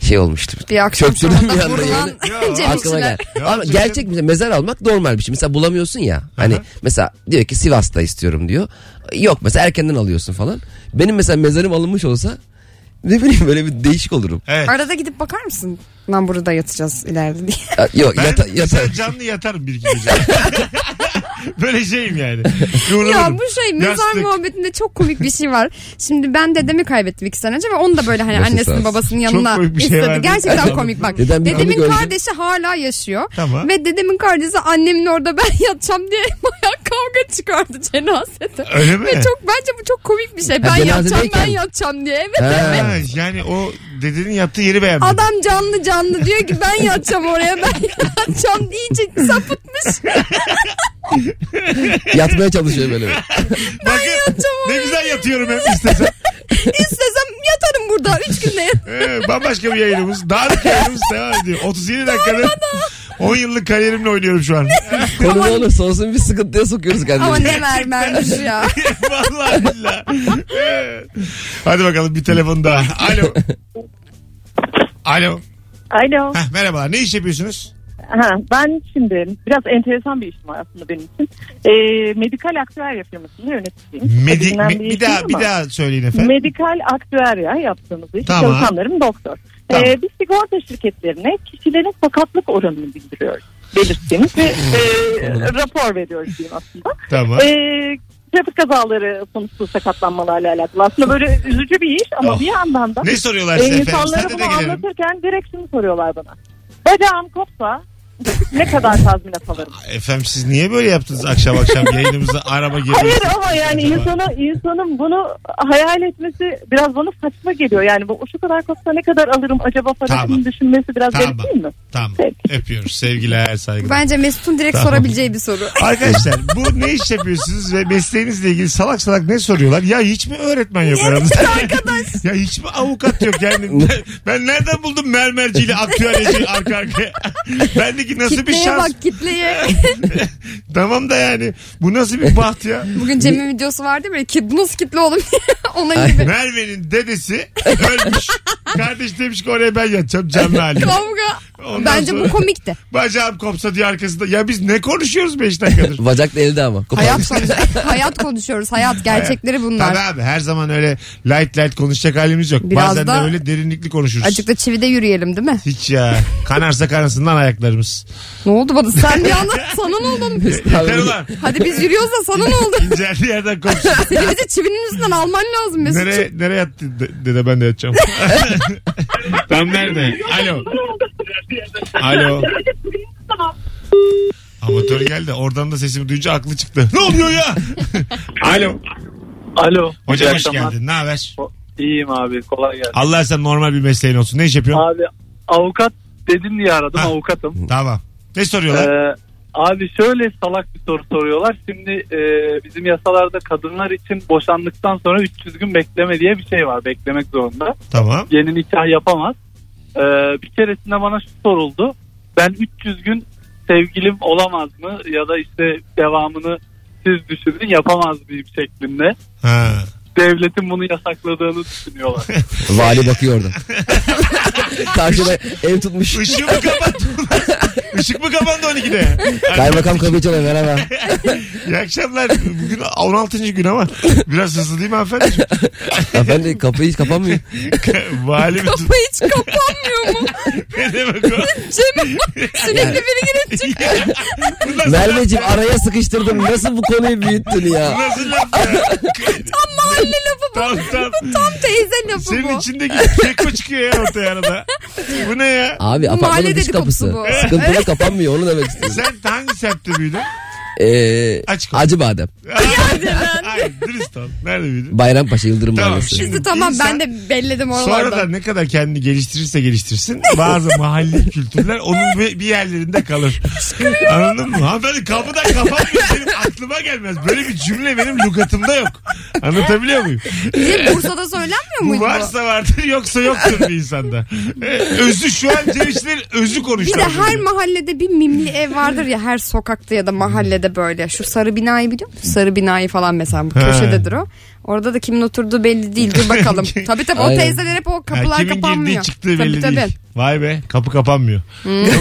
Şey olmuştur.
Bir akşam
Çöktürdüm
sonunda
bir anda
vurulan
yani.
Cem
Aklıma
İşçiler.
gel.
Ya,
Ama
şey-
gerçek bir mezar almak normal bir şey. Mesela bulamıyorsun ya. Hani mesela diyor ki Sivas'ta istiyorum diyor. Yok mesela erkenden alıyorsun falan. Benim mesela mezarım alınmış olsa ne bileyim böyle bir değişik olurum.
Evet.
Arada gidip bakar mısın? Lan burada yatacağız ileride diye.
Ya, Yok
Ben
yata, yata.
mesela canlı yatarım bir iki gece. Böyle şeyim yani. Kıvrılırım.
ya bu şey mezar
Yastık.
muhabbetinde çok komik bir şey var. Şimdi ben dedemi kaybettim iki sene önce ve onu da böyle hani
Nasıl sağ
annesinin
olsun?
babasının
Çok
yanına
komik bir şey
istedi.
verdi.
Gerçekten
Tamam.
komik bak.
Dedem bir
dedemin
anı gördü.
kardeşi hala yaşıyor.
Tamam.
Ve dedemin kardeşi annemin orada ben yatacağım diye baya kavga çıkardı cenazede.
Öyle mi?
Ve çok bence bu çok komik bir şey. Ben yatacağım
cenazedeyken.
ben yatacağım diye. Evet.
Ha.
Ha, yani o dedenin yattığı yeri beğenmedim.
Adam canlı canlı diyor ki ben yatacağım oraya ben yatacağım iyice sapıtmış.
Yatmaya çalışıyor böyle.
Bakın, ne güzel yatıyorum hep istesem.
İstesem yatarım burada 3 günde yat-
Ee, bambaşka bir yayınımız. Dağınık yayınımız devam ediyor. 37 dakikadır 10 yıllık kariyerimle oynuyorum şu an.
Konu ne olursa olsun bir sıkıntıya sokuyoruz
Ama
kendimizi.
ne mermermiş
şey.
ya.
Vallahi billahi. Ee, Hadi bakalım bir telefon daha. Alo. Alo.
Alo.
Heh, merhabalar. Ne iş yapıyorsunuz?
Ha, ben şimdi biraz enteresan bir işim var aslında benim için. Ee, medikal aktüerya firmasında yöneticiyim.
Medi-
Bilinen
me- bir
isim
daha
ama
bir daha söyleyin efendim.
Medikal aktüerya yaptığımız iş.
Tamam.
Çalışanlarım doktor.
Tamam.
Ee, biz sigorta şirketlerine kişilerin sakatlık oranını bildiriyoruz. Belirttiğimiz ve e, rapor veriyoruz diyeyim aslında.
tamam.
Ee, trafik kazaları sonucu sakatlanmalarla alakalı. Aslında böyle üzücü bir iş ama
Oh.
bir yandan da
ne soruyorlar
e,
size efendim?
insanlara
Sade de
bunu
girelim.
anlatırken direkt şunu soruyorlar bana. Bacağım kopsa ne kadar tazminat alırım?
Efendim siz niye böyle yaptınız akşam akşam yayınımıza araba
Hayır
giriyorsunuz?
ama yani
Acaba?
insana, insanın bunu hayal etmesi biraz bana saçma geliyor. Yani bu şu kadar kopsa ne kadar alırım acaba parasını
Tamam.
düşünmesi biraz
Tamam.
garip değil mi?
Tamam.
Peki.
Öpüyoruz. Sevgiler, saygılar.
Bence Mesut'un direkt
Tamam.
sorabileceği bir soru.
Arkadaşlar bu ne iş yapıyorsunuz ve mesleğinizle ilgili salak salak ne soruyorlar? Ya hiç mi öğretmen yok aramızda? arkadaş. ya hiç mi avukat yok yani? ben, ben nereden buldum mermerciyle aktüeleci arka arkaya? Bendeki nasıl bir
kitleye
şans?
bak kitleye.
Tamam da yani bu nasıl bir baht ya?
Bugün Cem'in videosu vardı mı? Ki, bu nasıl kitle oğlum? Ona gibi.
Merve'nin dedesi ölmüş. Kardeş demiş ki oraya ben yatacağım canlı halim.
Kavga.
Ondan
Bence
sonra-
bu komikti.
Bacağım kopsa diye arkasında. Ya biz ne konuşuyoruz 5 dakikadır?
Bacak da elde ama.
Hayat konuşuyoruz. hayat konuşuyoruz. Hayat gerçekleri
Tabii
bunlar.
abi her zaman öyle light light konuşacak halimiz yok.
Biraz
Bazen de
da-
öyle derinlikli konuşuruz.
Azıcık da çivide yürüyelim değil mi?
Hiç ya. Kanarsa kanasın lan ayaklarımız.
Ne oldu bana? Sen bir anda sana ne oldu? oğlum?
Yeter ulan.
Hadi biz yürüyoruz da sana ne oldu?
İnceldiği yerden kopsun.
Seni bizi çivinin üstünden alman lazım Mesut'cum.
nereye, nereye yattı de- dede ben de yatacağım. Tam nerede? Alo. Alo. Amatör geldi. Oradan da sesimi duyunca aklı çıktı. Ne oluyor ya? Alo.
Alo.
Hocam
İyi
hoş
akşamlar.
geldin. Ne haber?
İyiyim abi kolay gelsin.
Allah sen normal bir mesleğin olsun. Ne iş yapıyorsun?
Abi avukat dedin diye aradım
Ha.
avukatım.
Tamam. Ne soruyorlar?
Ee, abi şöyle salak bir soru soruyorlar. Şimdi e, bizim yasalarda kadınlar için boşandıktan sonra 300 gün bekleme diye bir şey var. Beklemek zorunda.
tamam.
Yeni nikah yapamaz. Ee, bir keresinde bana şu soruldu. Ben 300 gün sevgilim olamaz mı? Ya da işte devamını siz düşünün yapamaz mıyım şeklinde.
Ha.
Devletin bunu yasakladığını düşünüyorlar.
Vali bakıyor orada. Karşıda ev tutmuş.
Işığı mı kapattı? Işık mı kapandı 12'de?
Kaymakam kapıyı çalıyor merhaba.
İyi akşamlar. Bugün 16. gün ama biraz hızlı değil mi hanımefendiciğim?
Efendim kapıyı hiç kapanmıyor.
Vali mi tut?
Kapı hiç kapanmıyor mu?
Ne demek o?
Cem sürekli biri girip çık.
Bu nasıl,
Merveciğim araya sıkıştırdım. Nasıl bu konuyu büyüttün
bu
ya?
nasıl laf ya?
Tam mahalle lafı bu.
Tam tam.
Tam teyze lafı
Senin
bu.
içindeki keko çıkıyor ya ortaya arada. Bu ne ya?
Abi
Bu
apartmanın
mahalle
dış kapısı.
dedikodusu bu.
Sıkıntıda kapanmıyor onu demek istiyorum.
Sen hangi semtte büyüdün?
Ee,
Aç kapı.
acı badem.
Ay dürüst ol. Nerede büyüdün?
Bayrampaşa Yıldırım
Tamam,
Mahallesi.
şimdi-
Sizi tamam ben
İnsan-
de belledim oralarda.
Sonra da ne kadar kendini geliştirirse geliştirsin bazı mahalli kültürler onun bir bir yerlerinde kalır. Anladın mı? Hanımefendi kapıdan kapanmıyor benim aklıma gelmez. Böyle bir cümle benim lügatımda yok. Anlatabiliyor muyum?
Bizim Bursa'da söylenmiyor
Bu
muydu
varsa vardır yoksa yoktur bir insanda. Ee, Özü şu an Cevişlerin özü
Bir
konuştu.
de
az
her
önce.
mahallede bir mimli ev vardır ya her sokakta ya da mahallede böyle. Şu sarı binayı biliyor musun? Sarı binayı falan mesela bu köşededir o. Orada da kimin oturduğu belli değil. Dur bakalım. tabii tabii o
Aynen.
teyzeler hep o
Ha,
kapılar
kimin
kapanmıyor.
girdiği çıktığı belli
tabii, Hmm.
değil. Vay be kapı kapanmıyor.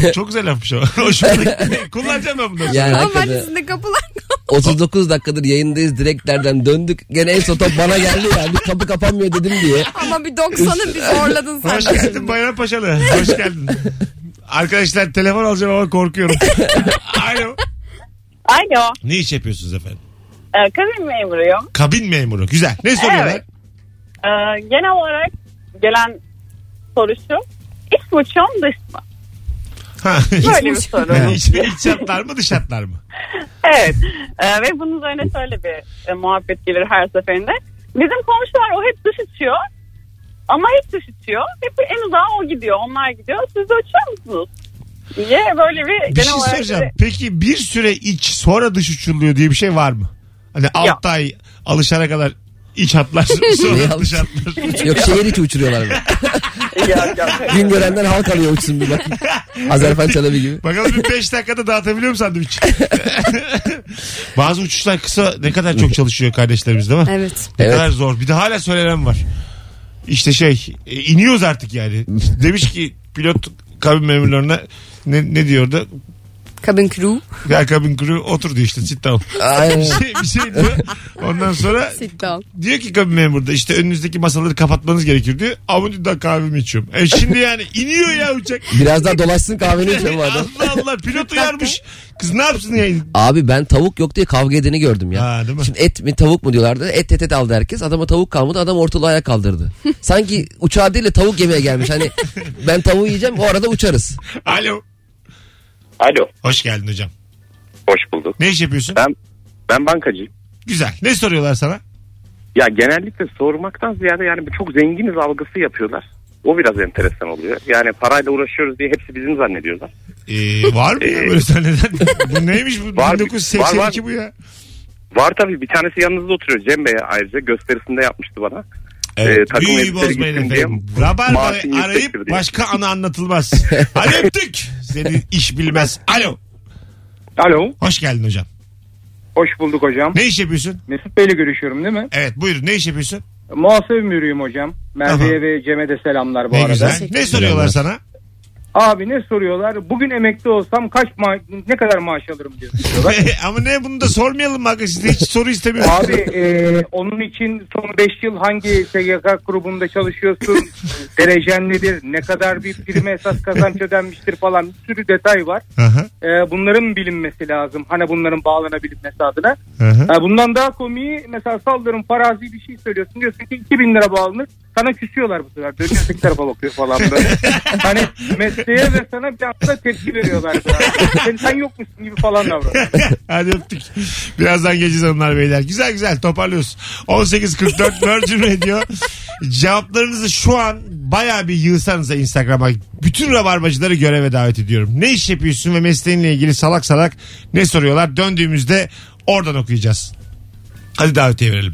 Çok, çok güzel lafmış o. Hoşuma gitti. Kullanacağım ben bundan sonra.
Yani
Ama
hakikaten
mahallesinde kapılar
39 dakikadır yayındayız direklerden döndük. Gene en son top bana geldi ya. Bir kapı kapanmıyor dedim diye.
ama bir 90'ı bir zorladın sen.
Hoş
de
geldin
şimdi.
Bayrampaşalı. Hoş geldin. Arkadaşlar telefon alacağım ama korkuyorum. Alo.
Alo.
Ne iş yapıyorsunuz efendim?
E, kabin memuruyum.
Kabin memuru. Güzel. Ne soruyorlar?
Evet. E, genel olarak gelen soru şu. İç mi uçuyor mu dış mı?
Ha.
Böyle bir soru.
Yani iç, iç hatlar mı dış hatlar mı?
Evet. Ee, ve bunun üzerine şöyle bir e, muhabbet gelir her seferinde. Bizim komşular o hep dış içiyor. Ama hep dış içiyor. Hep en uzağa o gidiyor. Onlar gidiyor. Siz de uçuyor musunuz? diye böyle bir,
Bir
genel
şey
olarak
soracağım.
bir-
Peki bir süre iç sonra dış uçuruluyor diye bir şey var mı? Hani 6 ay alışana kadar iç hatlar sonra dış hatlar.
Yok şehir içi uçuruyorlar. beni.
Yok, yok, hayır.
Gün görenden halk alıyor uçsun bir bakayım. Azerbaycan Çelebi gibi.
Bakalım bir 5 dakikada dağıtabiliyor mu sandviç? Bazı uçuşlar kısa ne kadar çok çalışıyor kardeşlerimiz değil mi?
Evet.
Ne
Evet.
kadar zor. Bir de hala söylenen var. İşte şey e, iniyoruz artık yani. Demiş ki pilot kabin memurlarına ne, ne diyordu?
Kabin crew.
Ya kabin crew otur diyor işte sit down.
Aynen.
Bir şey, bir şey diyor. Ondan sonra
Sit down.
diyor ki kabin memuru da işte önünüzdeki masaları kapatmanız gerekir diyor. Ama diyor, daha kahvemi içiyorum. E şimdi yani iniyor ya uçak.
Biraz daha dolaşsın kahveni içelim adam.
Allah Allah pilot uyarmış. Kız ne yapsın yani?
Abi ben tavuk yok diye kavga edeni gördüm ya.
Ha, değil mi?
Şimdi et mi tavuk mu diyorlardı. Et et et aldı herkes. Adama tavuk kalmadı. Adam ortalığı ayağa kaldırdı. Sanki uçağa değil de tavuk yemeye gelmiş. Hani ben tavuğu yiyeceğim o arada uçarız.
Alo.
Alo.
Hoş geldin hocam.
Hoş bulduk.
Ne iş yapıyorsun?
Ben ben bankacıyım.
Güzel. Ne soruyorlar sana?
Ya genellikle sormaktan ziyade yani bu çok zenginiz algısı yapıyorlar. O biraz enteresan oluyor. Yani parayla uğraşıyoruz diye hepsi bizim zannediyorlar.
Ee, var mı ya böyle zanneden? bu neymiş bu?
Var, var,
1982
var.
bu ya.
Var tabii bir tanesi yanınızda oturuyor Cem Bey ayrıca gösterisinde yapmıştı bana.
Evet,
Ee, takım
büyüyü
elbiseleri
bozmayın
gittim diye
efendim. Rabarbarayı
Martin yüksektir
arayıp
diye.
başka anı anlatılmaz. Hadi öptük. Senin iş bilmez. Alo.
Alo.
Hoş geldin hocam.
Hoş bulduk hocam.
Ne iş yapıyorsun?
Mesut Bey'le görüşüyorum değil mi?
Evet buyurun ne iş yapıyorsun?
Muhasebe müdürüyüm hocam.
Merve'ye
Merve'ye ve Cem'e de selamlar bu
Ne
arada.
güzel. Ne soruyorlar sana?
Abi ne soruyorlar? Bugün emekli olsam kaç ma- ne kadar maaş alırım diyor.
Ama ne bunu da sormayalım mı? Siz de hiç soru istemiyorum.
Abi e, onun için son 5 yıl hangi SGK grubunda çalışıyorsun? Derecen nedir? Ne kadar bir prime esas kazanç ödenmiştir falan bir sürü detay var.
Aha,
E, bunların bilinmesi lazım. Hani bunların bağlanabilmesi adına.
aha.
E, bundan daha komiği mesela sallıyorum farazi bir şey söylüyorsun. Diyorsun ki 2000 lira bağlanır. Sana küsüyorlar bu sefer. Dönüyorsun iki tarafa bakıyor falan böyle. hani mesleğe ve sana bir anda tepki veriyorlar. böyle. Sen, sen yokmuşsun gibi falan davranıyor.
Hadi öptük. Birazdan geleceğiz hanımlar beyler. Güzel güzel toparlıyoruz. 18.44 Virgin Radio. Cevaplarınızı şu an bayağı bir yığsanıza Instagram'a. Bütün rabarbacıları göreve davet ediyorum. Ne iş yapıyorsun ve mesleğinle ilgili salak salak ne soruyorlar? Döndüğümüzde oradan okuyacağız. Hadi davetiye verelim.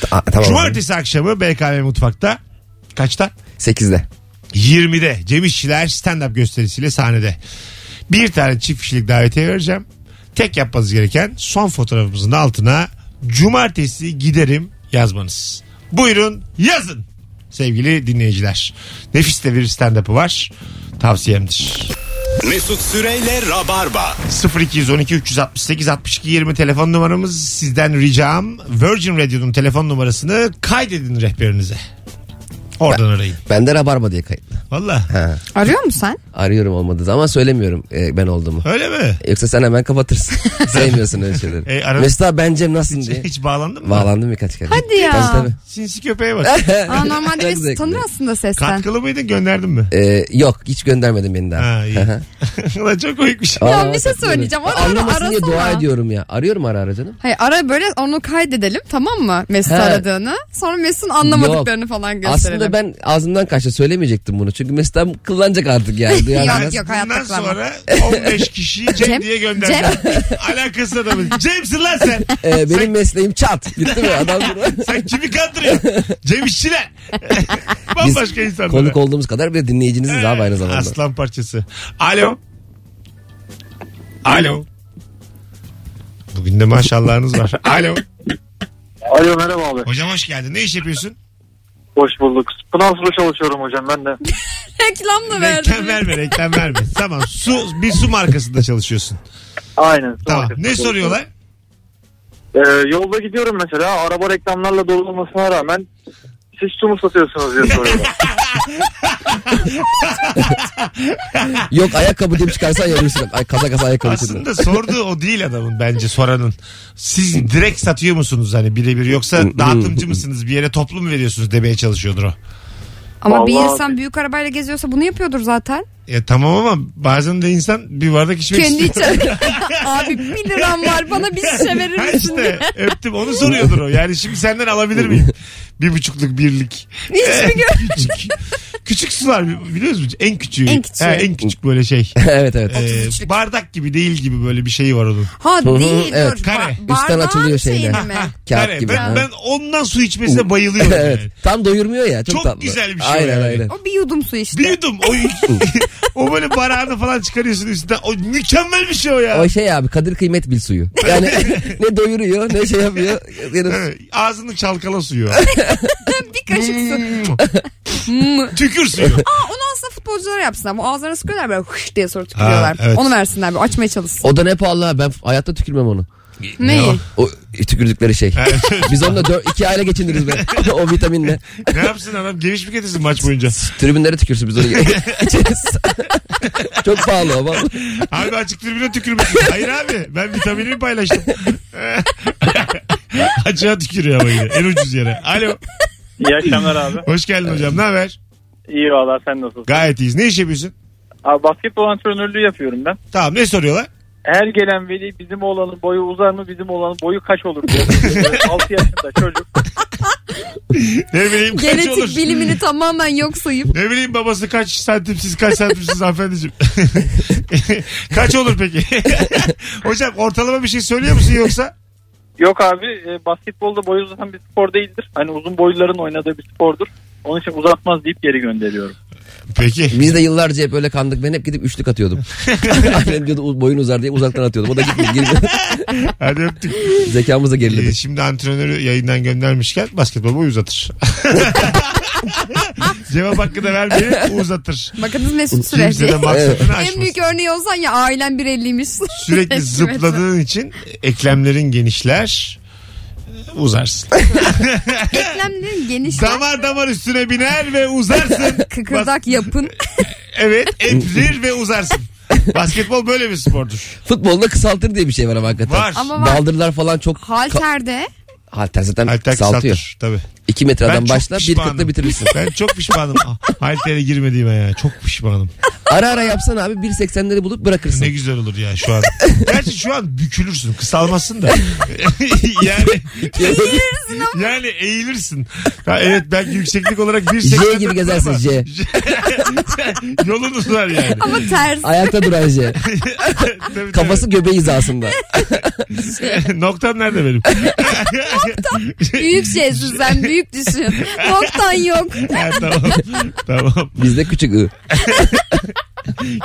Ta- tamam.
Cumartesi akşamı BKM Mutfak'ta. Kaçta?
8'de.
20'de Cem İşçiler stand-up gösterisiyle sahnede. Bir tane çift kişilik davetiye vereceğim. Tek yapmanız gereken son fotoğrafımızın altına cumartesi giderim yazmanız. Buyurun yazın sevgili dinleyiciler. Nefis de bir stand-up'ı var. Tavsiyemdir.
Mesut Süreyle Rabarba.
0212 368 62 20 telefon numaramız sizden ricam Virgin Radio'nun telefon numarasını kaydedin rehberinize. Oradan arayın.
Bende rabarba diye kayıtlı.
Valla
Ha,
Arıyor musun sen?
arıyorum olmadığı zaman söylemiyorum e, ben olduğumu.
öyle mi?
Yoksa sen hemen kapatırsın. Sevmiyorsun öyle şeyleri.
E, ara-
Mesut abi ben Cem nasılsın diye.
Hiç bağlandın mı?
Bağlandım birkaç kere.
Hadi ya.
Tabii,
Sinsi köpeğe bak.
tabii.
Aa, normalde
Çok
Mesut
zevkli.
tanır aslında sesten.
Katkılı mıydın gönderdin mi?
E, yok hiç göndermedim beni daha.
Ha iyi.
Aha.
Ulan çok uyukmuş.
Ya
Aa,
bir şey
tatlı.
söyleyeceğim. Onu
Anlamasın diye dua
arasana.
ediyorum ya. Arıyorum ara ara canım.
Hayır ara böyle onu kaydedelim tamam mı Mesut
He.
aradığını. Sonra Mesut'un anlamadıklarını falan gösterelim.
Aslında ben ağzımdan kaçtı söylemeyecektim bunu. Çünkü Mesut abi kullanacak artık yani. Duyan
Yok,
biraz-
yok.
Bundan
hayatta kalamam.
sonra 15 kişiyi Cem,
Cem,
diye göndereceğim. Alakası adamın. Cem'sin lan sen.
E, benim mesleğim çat. Gitti mi adam?
Sen kimi kandırıyorsun? Cem işçiler.
Biz
Bambaşka insanlar.
konuk olduğumuz kadar bir de dinleyicinizsiz abi aynı zamanda.
Aslan parçası. Alo. Alo. Bugün de maşallahınız var. Alo.
Alo merhaba abi.
Hocam hoş geldin. Ne iş yapıyorsun?
Hoş bulduk. Sponsor'la çalışıyorum hocam ben de.
Reklam da
Reklam
verdim.
verme, reklam verme. tamam. Su, bir su markasında çalışıyorsun.
Aynen.
Tamam. Ne soruyorlar?
Ee, yolda gidiyorum mesela araba reklamlarla dolu olmasına rağmen siz su mu satıyorsunuz diye soruyorlar.
Yok ayakkabı diye çıkarsan yarıyorsun. Ay kaza kaza ayakkabı çıktı.
Aslında sorduğu o değil adamın bence soranın. Siz direkt satıyor musunuz hani birebir yoksa dağıtımcı mısınız bir yere toplu mu veriyorsunuz demeye çalışıyordur o.
Ama bir
Vallahi
insan büyük arabayla geziyorsa bunu yapıyordur zaten.
Ya E, tamam ama bazen de insan bir bardak içmek
Kendi
istiyor.
için. Abi bir liram var bana bir şişe verir
Ha
misin diye.
işte öptüm onu soruyordur o. Yani şimdi senden alabilir miyim? Bir buçukluk birlik.
Hiç mi gör-
Küçük. Küçük sular biliyor musunuz? En küçüğü.
En küçüğü.
Ha, en küçük böyle şey.
evet evet.
Ee,
küçük.
bardak gibi değil gibi böyle bir şey var onun.
Ha değil
evet.
dur.
Kare.
Ba-
Üstten
bardağın
açılıyor şeyler.
şeyini mi?
Kağıt
Yani
gibi.
ben,
ha.
ben ondan su içmesine bayılıyorum.
evet.
yani.
Tam doyurmuyor ya. Çok,
Çok
tatlı.
güzel bir şey
Aynen
yani.
aynen.
O bir yudum su işte.
Bir yudum. O, o böyle barağını falan çıkarıyorsun üstünden. O mükemmel bir şey o ya.
O şey abi kadir kıymet bil suyu. Yani ne doyuruyor ne şey yapıyor. Yani
Evet, Ağzını çalkala suyu.
bir kaşık su.
Tükür suyu.
Aa, onu aslında futbolculara yapsınlar. Bu ağızlarına sıkıyorlar böyle huş diye sonra
Ha,
tükürüyorlar.
evet.
Onu versinler böyle açmaya çalışsın.
O da ne pahalı ha, ben hayatta tükürmem onu.
Neyi?
o?
O tükürdükleri şey. Biz onunla dört, iki aile geçindiriz be. o vitaminle.
Ne yapsın adam? Geniş mi getirsin maç boyunca?
Tribünlere tükürsün biz onu içeriz. Çok pahalı o. vallahi.
Abi açık tribüne tükürmesin. Hayır abi ben vitaminimi paylaştım. Açığa tükürüyor ama yine. En ucuz yere. Alo.
İyi akşamlar abi.
Hoş geldin hocam. Ne haber?
İyi valla sen nasılsın?
Gayet iyiyiz. Ne iş yapıyorsun?
Abi basketbol antrenörlüğü yapıyorum ben.
Tamam ne soruyorlar?
Her gelen veli bizim oğlanın boyu uzar mı bizim oğlanın boyu kaç olur diyor. 6 yaşında çocuk.
Ne bileyim kaç olur?
Genetik bilimini tamamen yok sayıp.
Ne bileyim babası kaç santimsiz kaç santimsiz hanımefendiciğim. kaç olur peki? Hocam ortalama bir şey söylüyor musun yoksa?
Yok abi e, basketbolda boyu uzatan bir spor değildir. Hani uzun boyluların oynadığı bir spordur. Onun için uzatmaz deyip geri gönderiyorum.
Peki.
Biz de yıllarca hep öyle kandık. Ben hep gidip üçlük atıyordum. Annem diyordu "U- boyun uzar diye uzaktan atıyordum. O da gitti.
Hadi öptük.
Zekamız da
Ee,
geriledi.
şimdi antrenörü yayından göndermişken basketbol boyu uzatır. Cevap hakkı da vermeyi uzatır.
Bakınız Mesut
Kimse de
Süreyya.
maksadını
En
aşmasın.
büyük örneği olsan ya ailen 1.50'miş.
Sürekli
Evet.
zıpladığın için eklemlerin genişler uzarsın.
Eklemlerin geniş.
Damar damar üstüne biner ve uzarsın. Bas-
Kıkırdak yapın.
evet emzir ve uzarsın. Basketbol böyle bir spordur.
Futbolda kısaltır diye bir şey var ama hakikaten.
Var.
Ama var.
Baldırlar falan çok... Ka-
Halter'de
halter zaten
Halter
kısaltıyor.
kısaltır. Tabii.
2
Ben
metreden
çok
başla
pişmanım.
1.40'da bitirirsin.
Ben çok pişmanım. Ah, Haltere girmediğime ya. Çok pişmanım.
Ara ara yapsan abi 1.80'leri bulup bırakırsın.
Ne güzel olur ya şu an. Gerçi şu an bükülürsün. Kısalmasın da. yani yani eğilirsin. Ha, evet belki yükseklik olarak 1.80
J gibi gezersin,
ama-
J.
Yolun uzar yani.
ama ters.
Ayakta duran şey.
Tabii, tabii.
Kafası göbeği hizasında.
Noktam nerede benim?
Büyük şeysin sen büyük düşün. Noktan yok.
Ha, tamam. tamam.
Bizde küçük ı.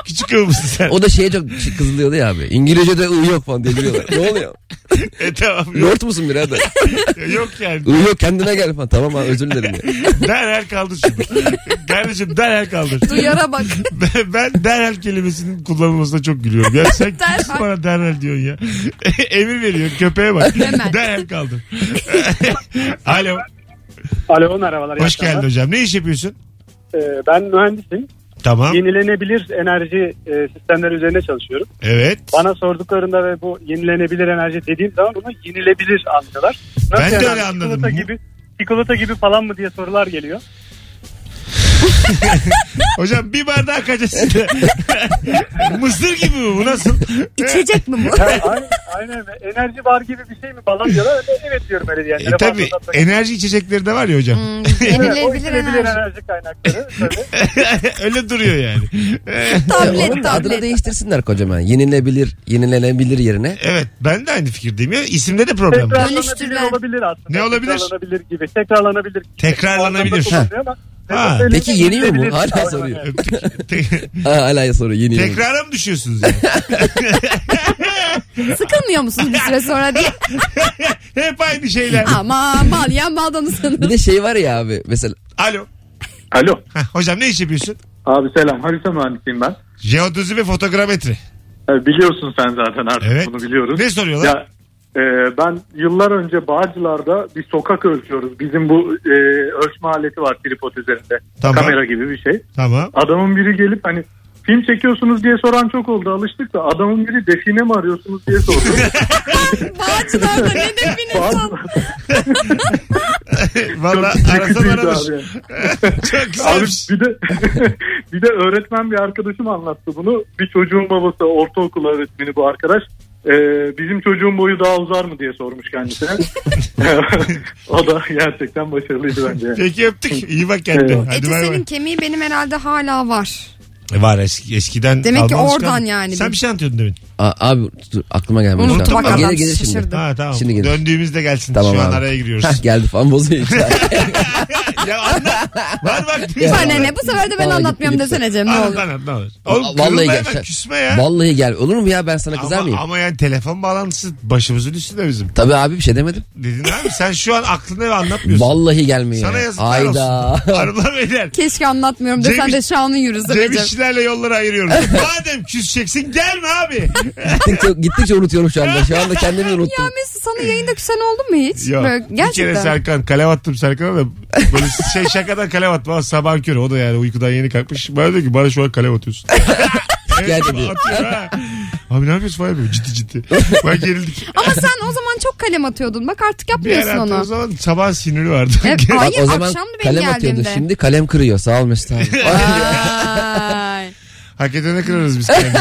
Küçük kız mısın sen?
O da şeye çok şey kızılıyordu ya abi. İngilizce'de ı yok falan deliriyorlar. ne oluyor?
E, tamam. Yok,
Lord musun birader?
yok yani.
I yok kendine gel falan. Tamam abi özür dilerim. ya.
Derhal kaldır şunu. Kardeşim derhal kaldır.
Duyara bak.
Ben, ben derhal kelimesinin kullanılmasına çok gülüyorum. Ya sen kimsin
Derhal.
bana derhal diyorsun ya. Emir veriyorsun köpeğe bak.
Hemen.
Derhal kaldır. Alo.
Alo merhabalar.
Hoş geldin hocam. Ne iş yapıyorsun?
E, ben mühendisim.
Tamam.
Yenilenebilir enerji e, sistemleri üzerine çalışıyorum.
Evet.
Bana sorduklarında ve bu yenilenebilir enerji dediğim zaman bunu yenilebilir anlıyorlar.
Ben de
yani?
öyle anladım.
Çikolata
Bu-
gibi, çikolata gibi falan mı diye sorular geliyor.
Hocam bir bardağı kaçasın. Mısır gibi mi bu? Nasıl?
İçecek mi bu?
Ya, aynen, aynen. Enerji bar gibi bir şey mi falan diyorlar. Ben de evet diyorum öyle diyenlere.
E, tabii
Fazla da-
enerji içecekleri de var ya hocam.
Hmm.
O
Yenilebilir
yenilenebilir
enerji.
enerji kaynakları. Tabii.
Öyle duruyor yani.
Onun
Tablet
adını
tablet.
değiştirsinler kocaman. Yenilebilir, yenilenebilir yerine.
Evet ben de aynı fikirdeyim ya. İsimde de problem var.
Dönüştürme.
Tekrarlanabilir olabilir aslında.
Ne olabilir?
Tekrarlanabilir gibi. Tekrarlanabilir. gibi.
Tekrarlanabilir.
O anlamda kullanılıyor ama-
Ha.
Öyle
Peki
de
yeniyor mu?
yenilebilir.
Hala
Aynen.
soruyor.
Öptük. Te-
Ha, hala soruyor yeniyor. mu?
Tekrara mı düşüyorsunuz yani?
Sıkılmıyor musunuz bir süre sonra diye.
Hep aynı şeyler.
Ama mal ya maldan
Bir
sanırım.
de şey var ya abi mesela
Alo.
Alo.
Heh, hocam ne iş yapıyorsun?
Abi selam. Harita mühendisiyim ben.
Jeodezi ve fotogrametri.
E, Biliyorsun sen zaten artık
Evet.
bunu biliyoruz.
Ne soruyorlar?
Ya, e, ben yıllar önce Bağcılar'da bir sokak ölçüyoruz. Bizim bu e, ölçme aleti var tripod üzerinde.
Tamam.
Kamera gibi bir şey.
Tamam.
Adamın biri gelip hani film çekiyorsunuz diye soran çok oldu alıştık da adamın biri define mi arıyorsunuz diye sordu.
Bağcılarda ne definiyorsun?
Valla
Çok
arasan
sıkıcıydı
aramış.
abi.
Çok
Abi
güzelmiş.
bir de bir de öğretmen bir arkadaşım anlattı bunu. Bir çocuğun babası ortaokul öğretmeni bu arkadaş. Ee, bizim çocuğun boyu daha uzar mı diye sormuş kendisine. o da gerçekten başarılıydı bence.
Peki öptük. İyi bak kendine.
Eyvallah.
Hadi
Eti
bay bay.
senin kemiği benim herhalde hala var.
Var eski, eskiden.
Demek ki
kalma
oradan
alışkanlık.
yani
Sen
bir-
bir şey anlatıyordun demin.
A- abi dur aklıma gelmedi. şu an.
Unuttum bak
Gelir
adam
gelir şimdi.
şaşırdı.
Ha tamam.
Şimdi gelir.
Döndüğümüzde gelsin.
Tamam
Şu an
abi.
araya giriyoruz.
Heh, geldi falan bozuyor.
ya anlat. Var bak.
Bana ne bu sefer de ben
Vallahi
anlatmıyorum
gitti, gitti.
desene Cem ne
Anlat
olur.
anlat ne olur. Oğlum
Vallahi
kırılma
gel.
hemen küsme ya.
Vallahi gel. Olur mu ya ben sana kızar
ama,
mıyım?
ama yani telefon bağlantısı başımızın üstünde bizim.
Tabii abi bir şey demedim.
Dedin abi sen şu an aklını ve anlatmıyorsun.
Vallahi gelmiyor.
Sana yazıklar
Hayda.
olsun. Hanımlar beyler.
Keşke anlatmıyorum
Cem
desen de şanın yürüsün
Cem
Cem.
işçilerle yolları ayırıyoruz. Madem küseceksin gelme abi.
gittikçe, gittikçe unutuyorum şu anda. Şu anda kendimi
Ya
unuttum.
Mesut sana yayında küsen oldu mu hiç?
Yok.
Böyle,
Bir kere
gerçekten.
Serkan kalem attım Serkan'a da böyle şey şakadan kalem attım. Ama sabah körü o da yani uykudan yeni kalkmış. Bana diyor ki bana şu an kalem atıyorsun. Evet,
Gerçekten.
atıyor ha. Abi ne yapıyorsun falan yapıyor. Ciddi ciddi. Bak gerildik.
Ama sen o zaman çok kalem atıyordun. Bak artık
Bir
yapmıyorsun
ara attı,
onu.
o zaman sabah siniri vardı.
Evet,
Gel-
Bak,
Hayır,
o zaman
akşamdı benim
kalem atıyordu.
geldiğimde.
Şimdi kalem kırıyor. Sağ ol Mesut abi.
Ay.
Hak edene kırarız biz kendimizi.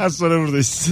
Az sonra buradayız.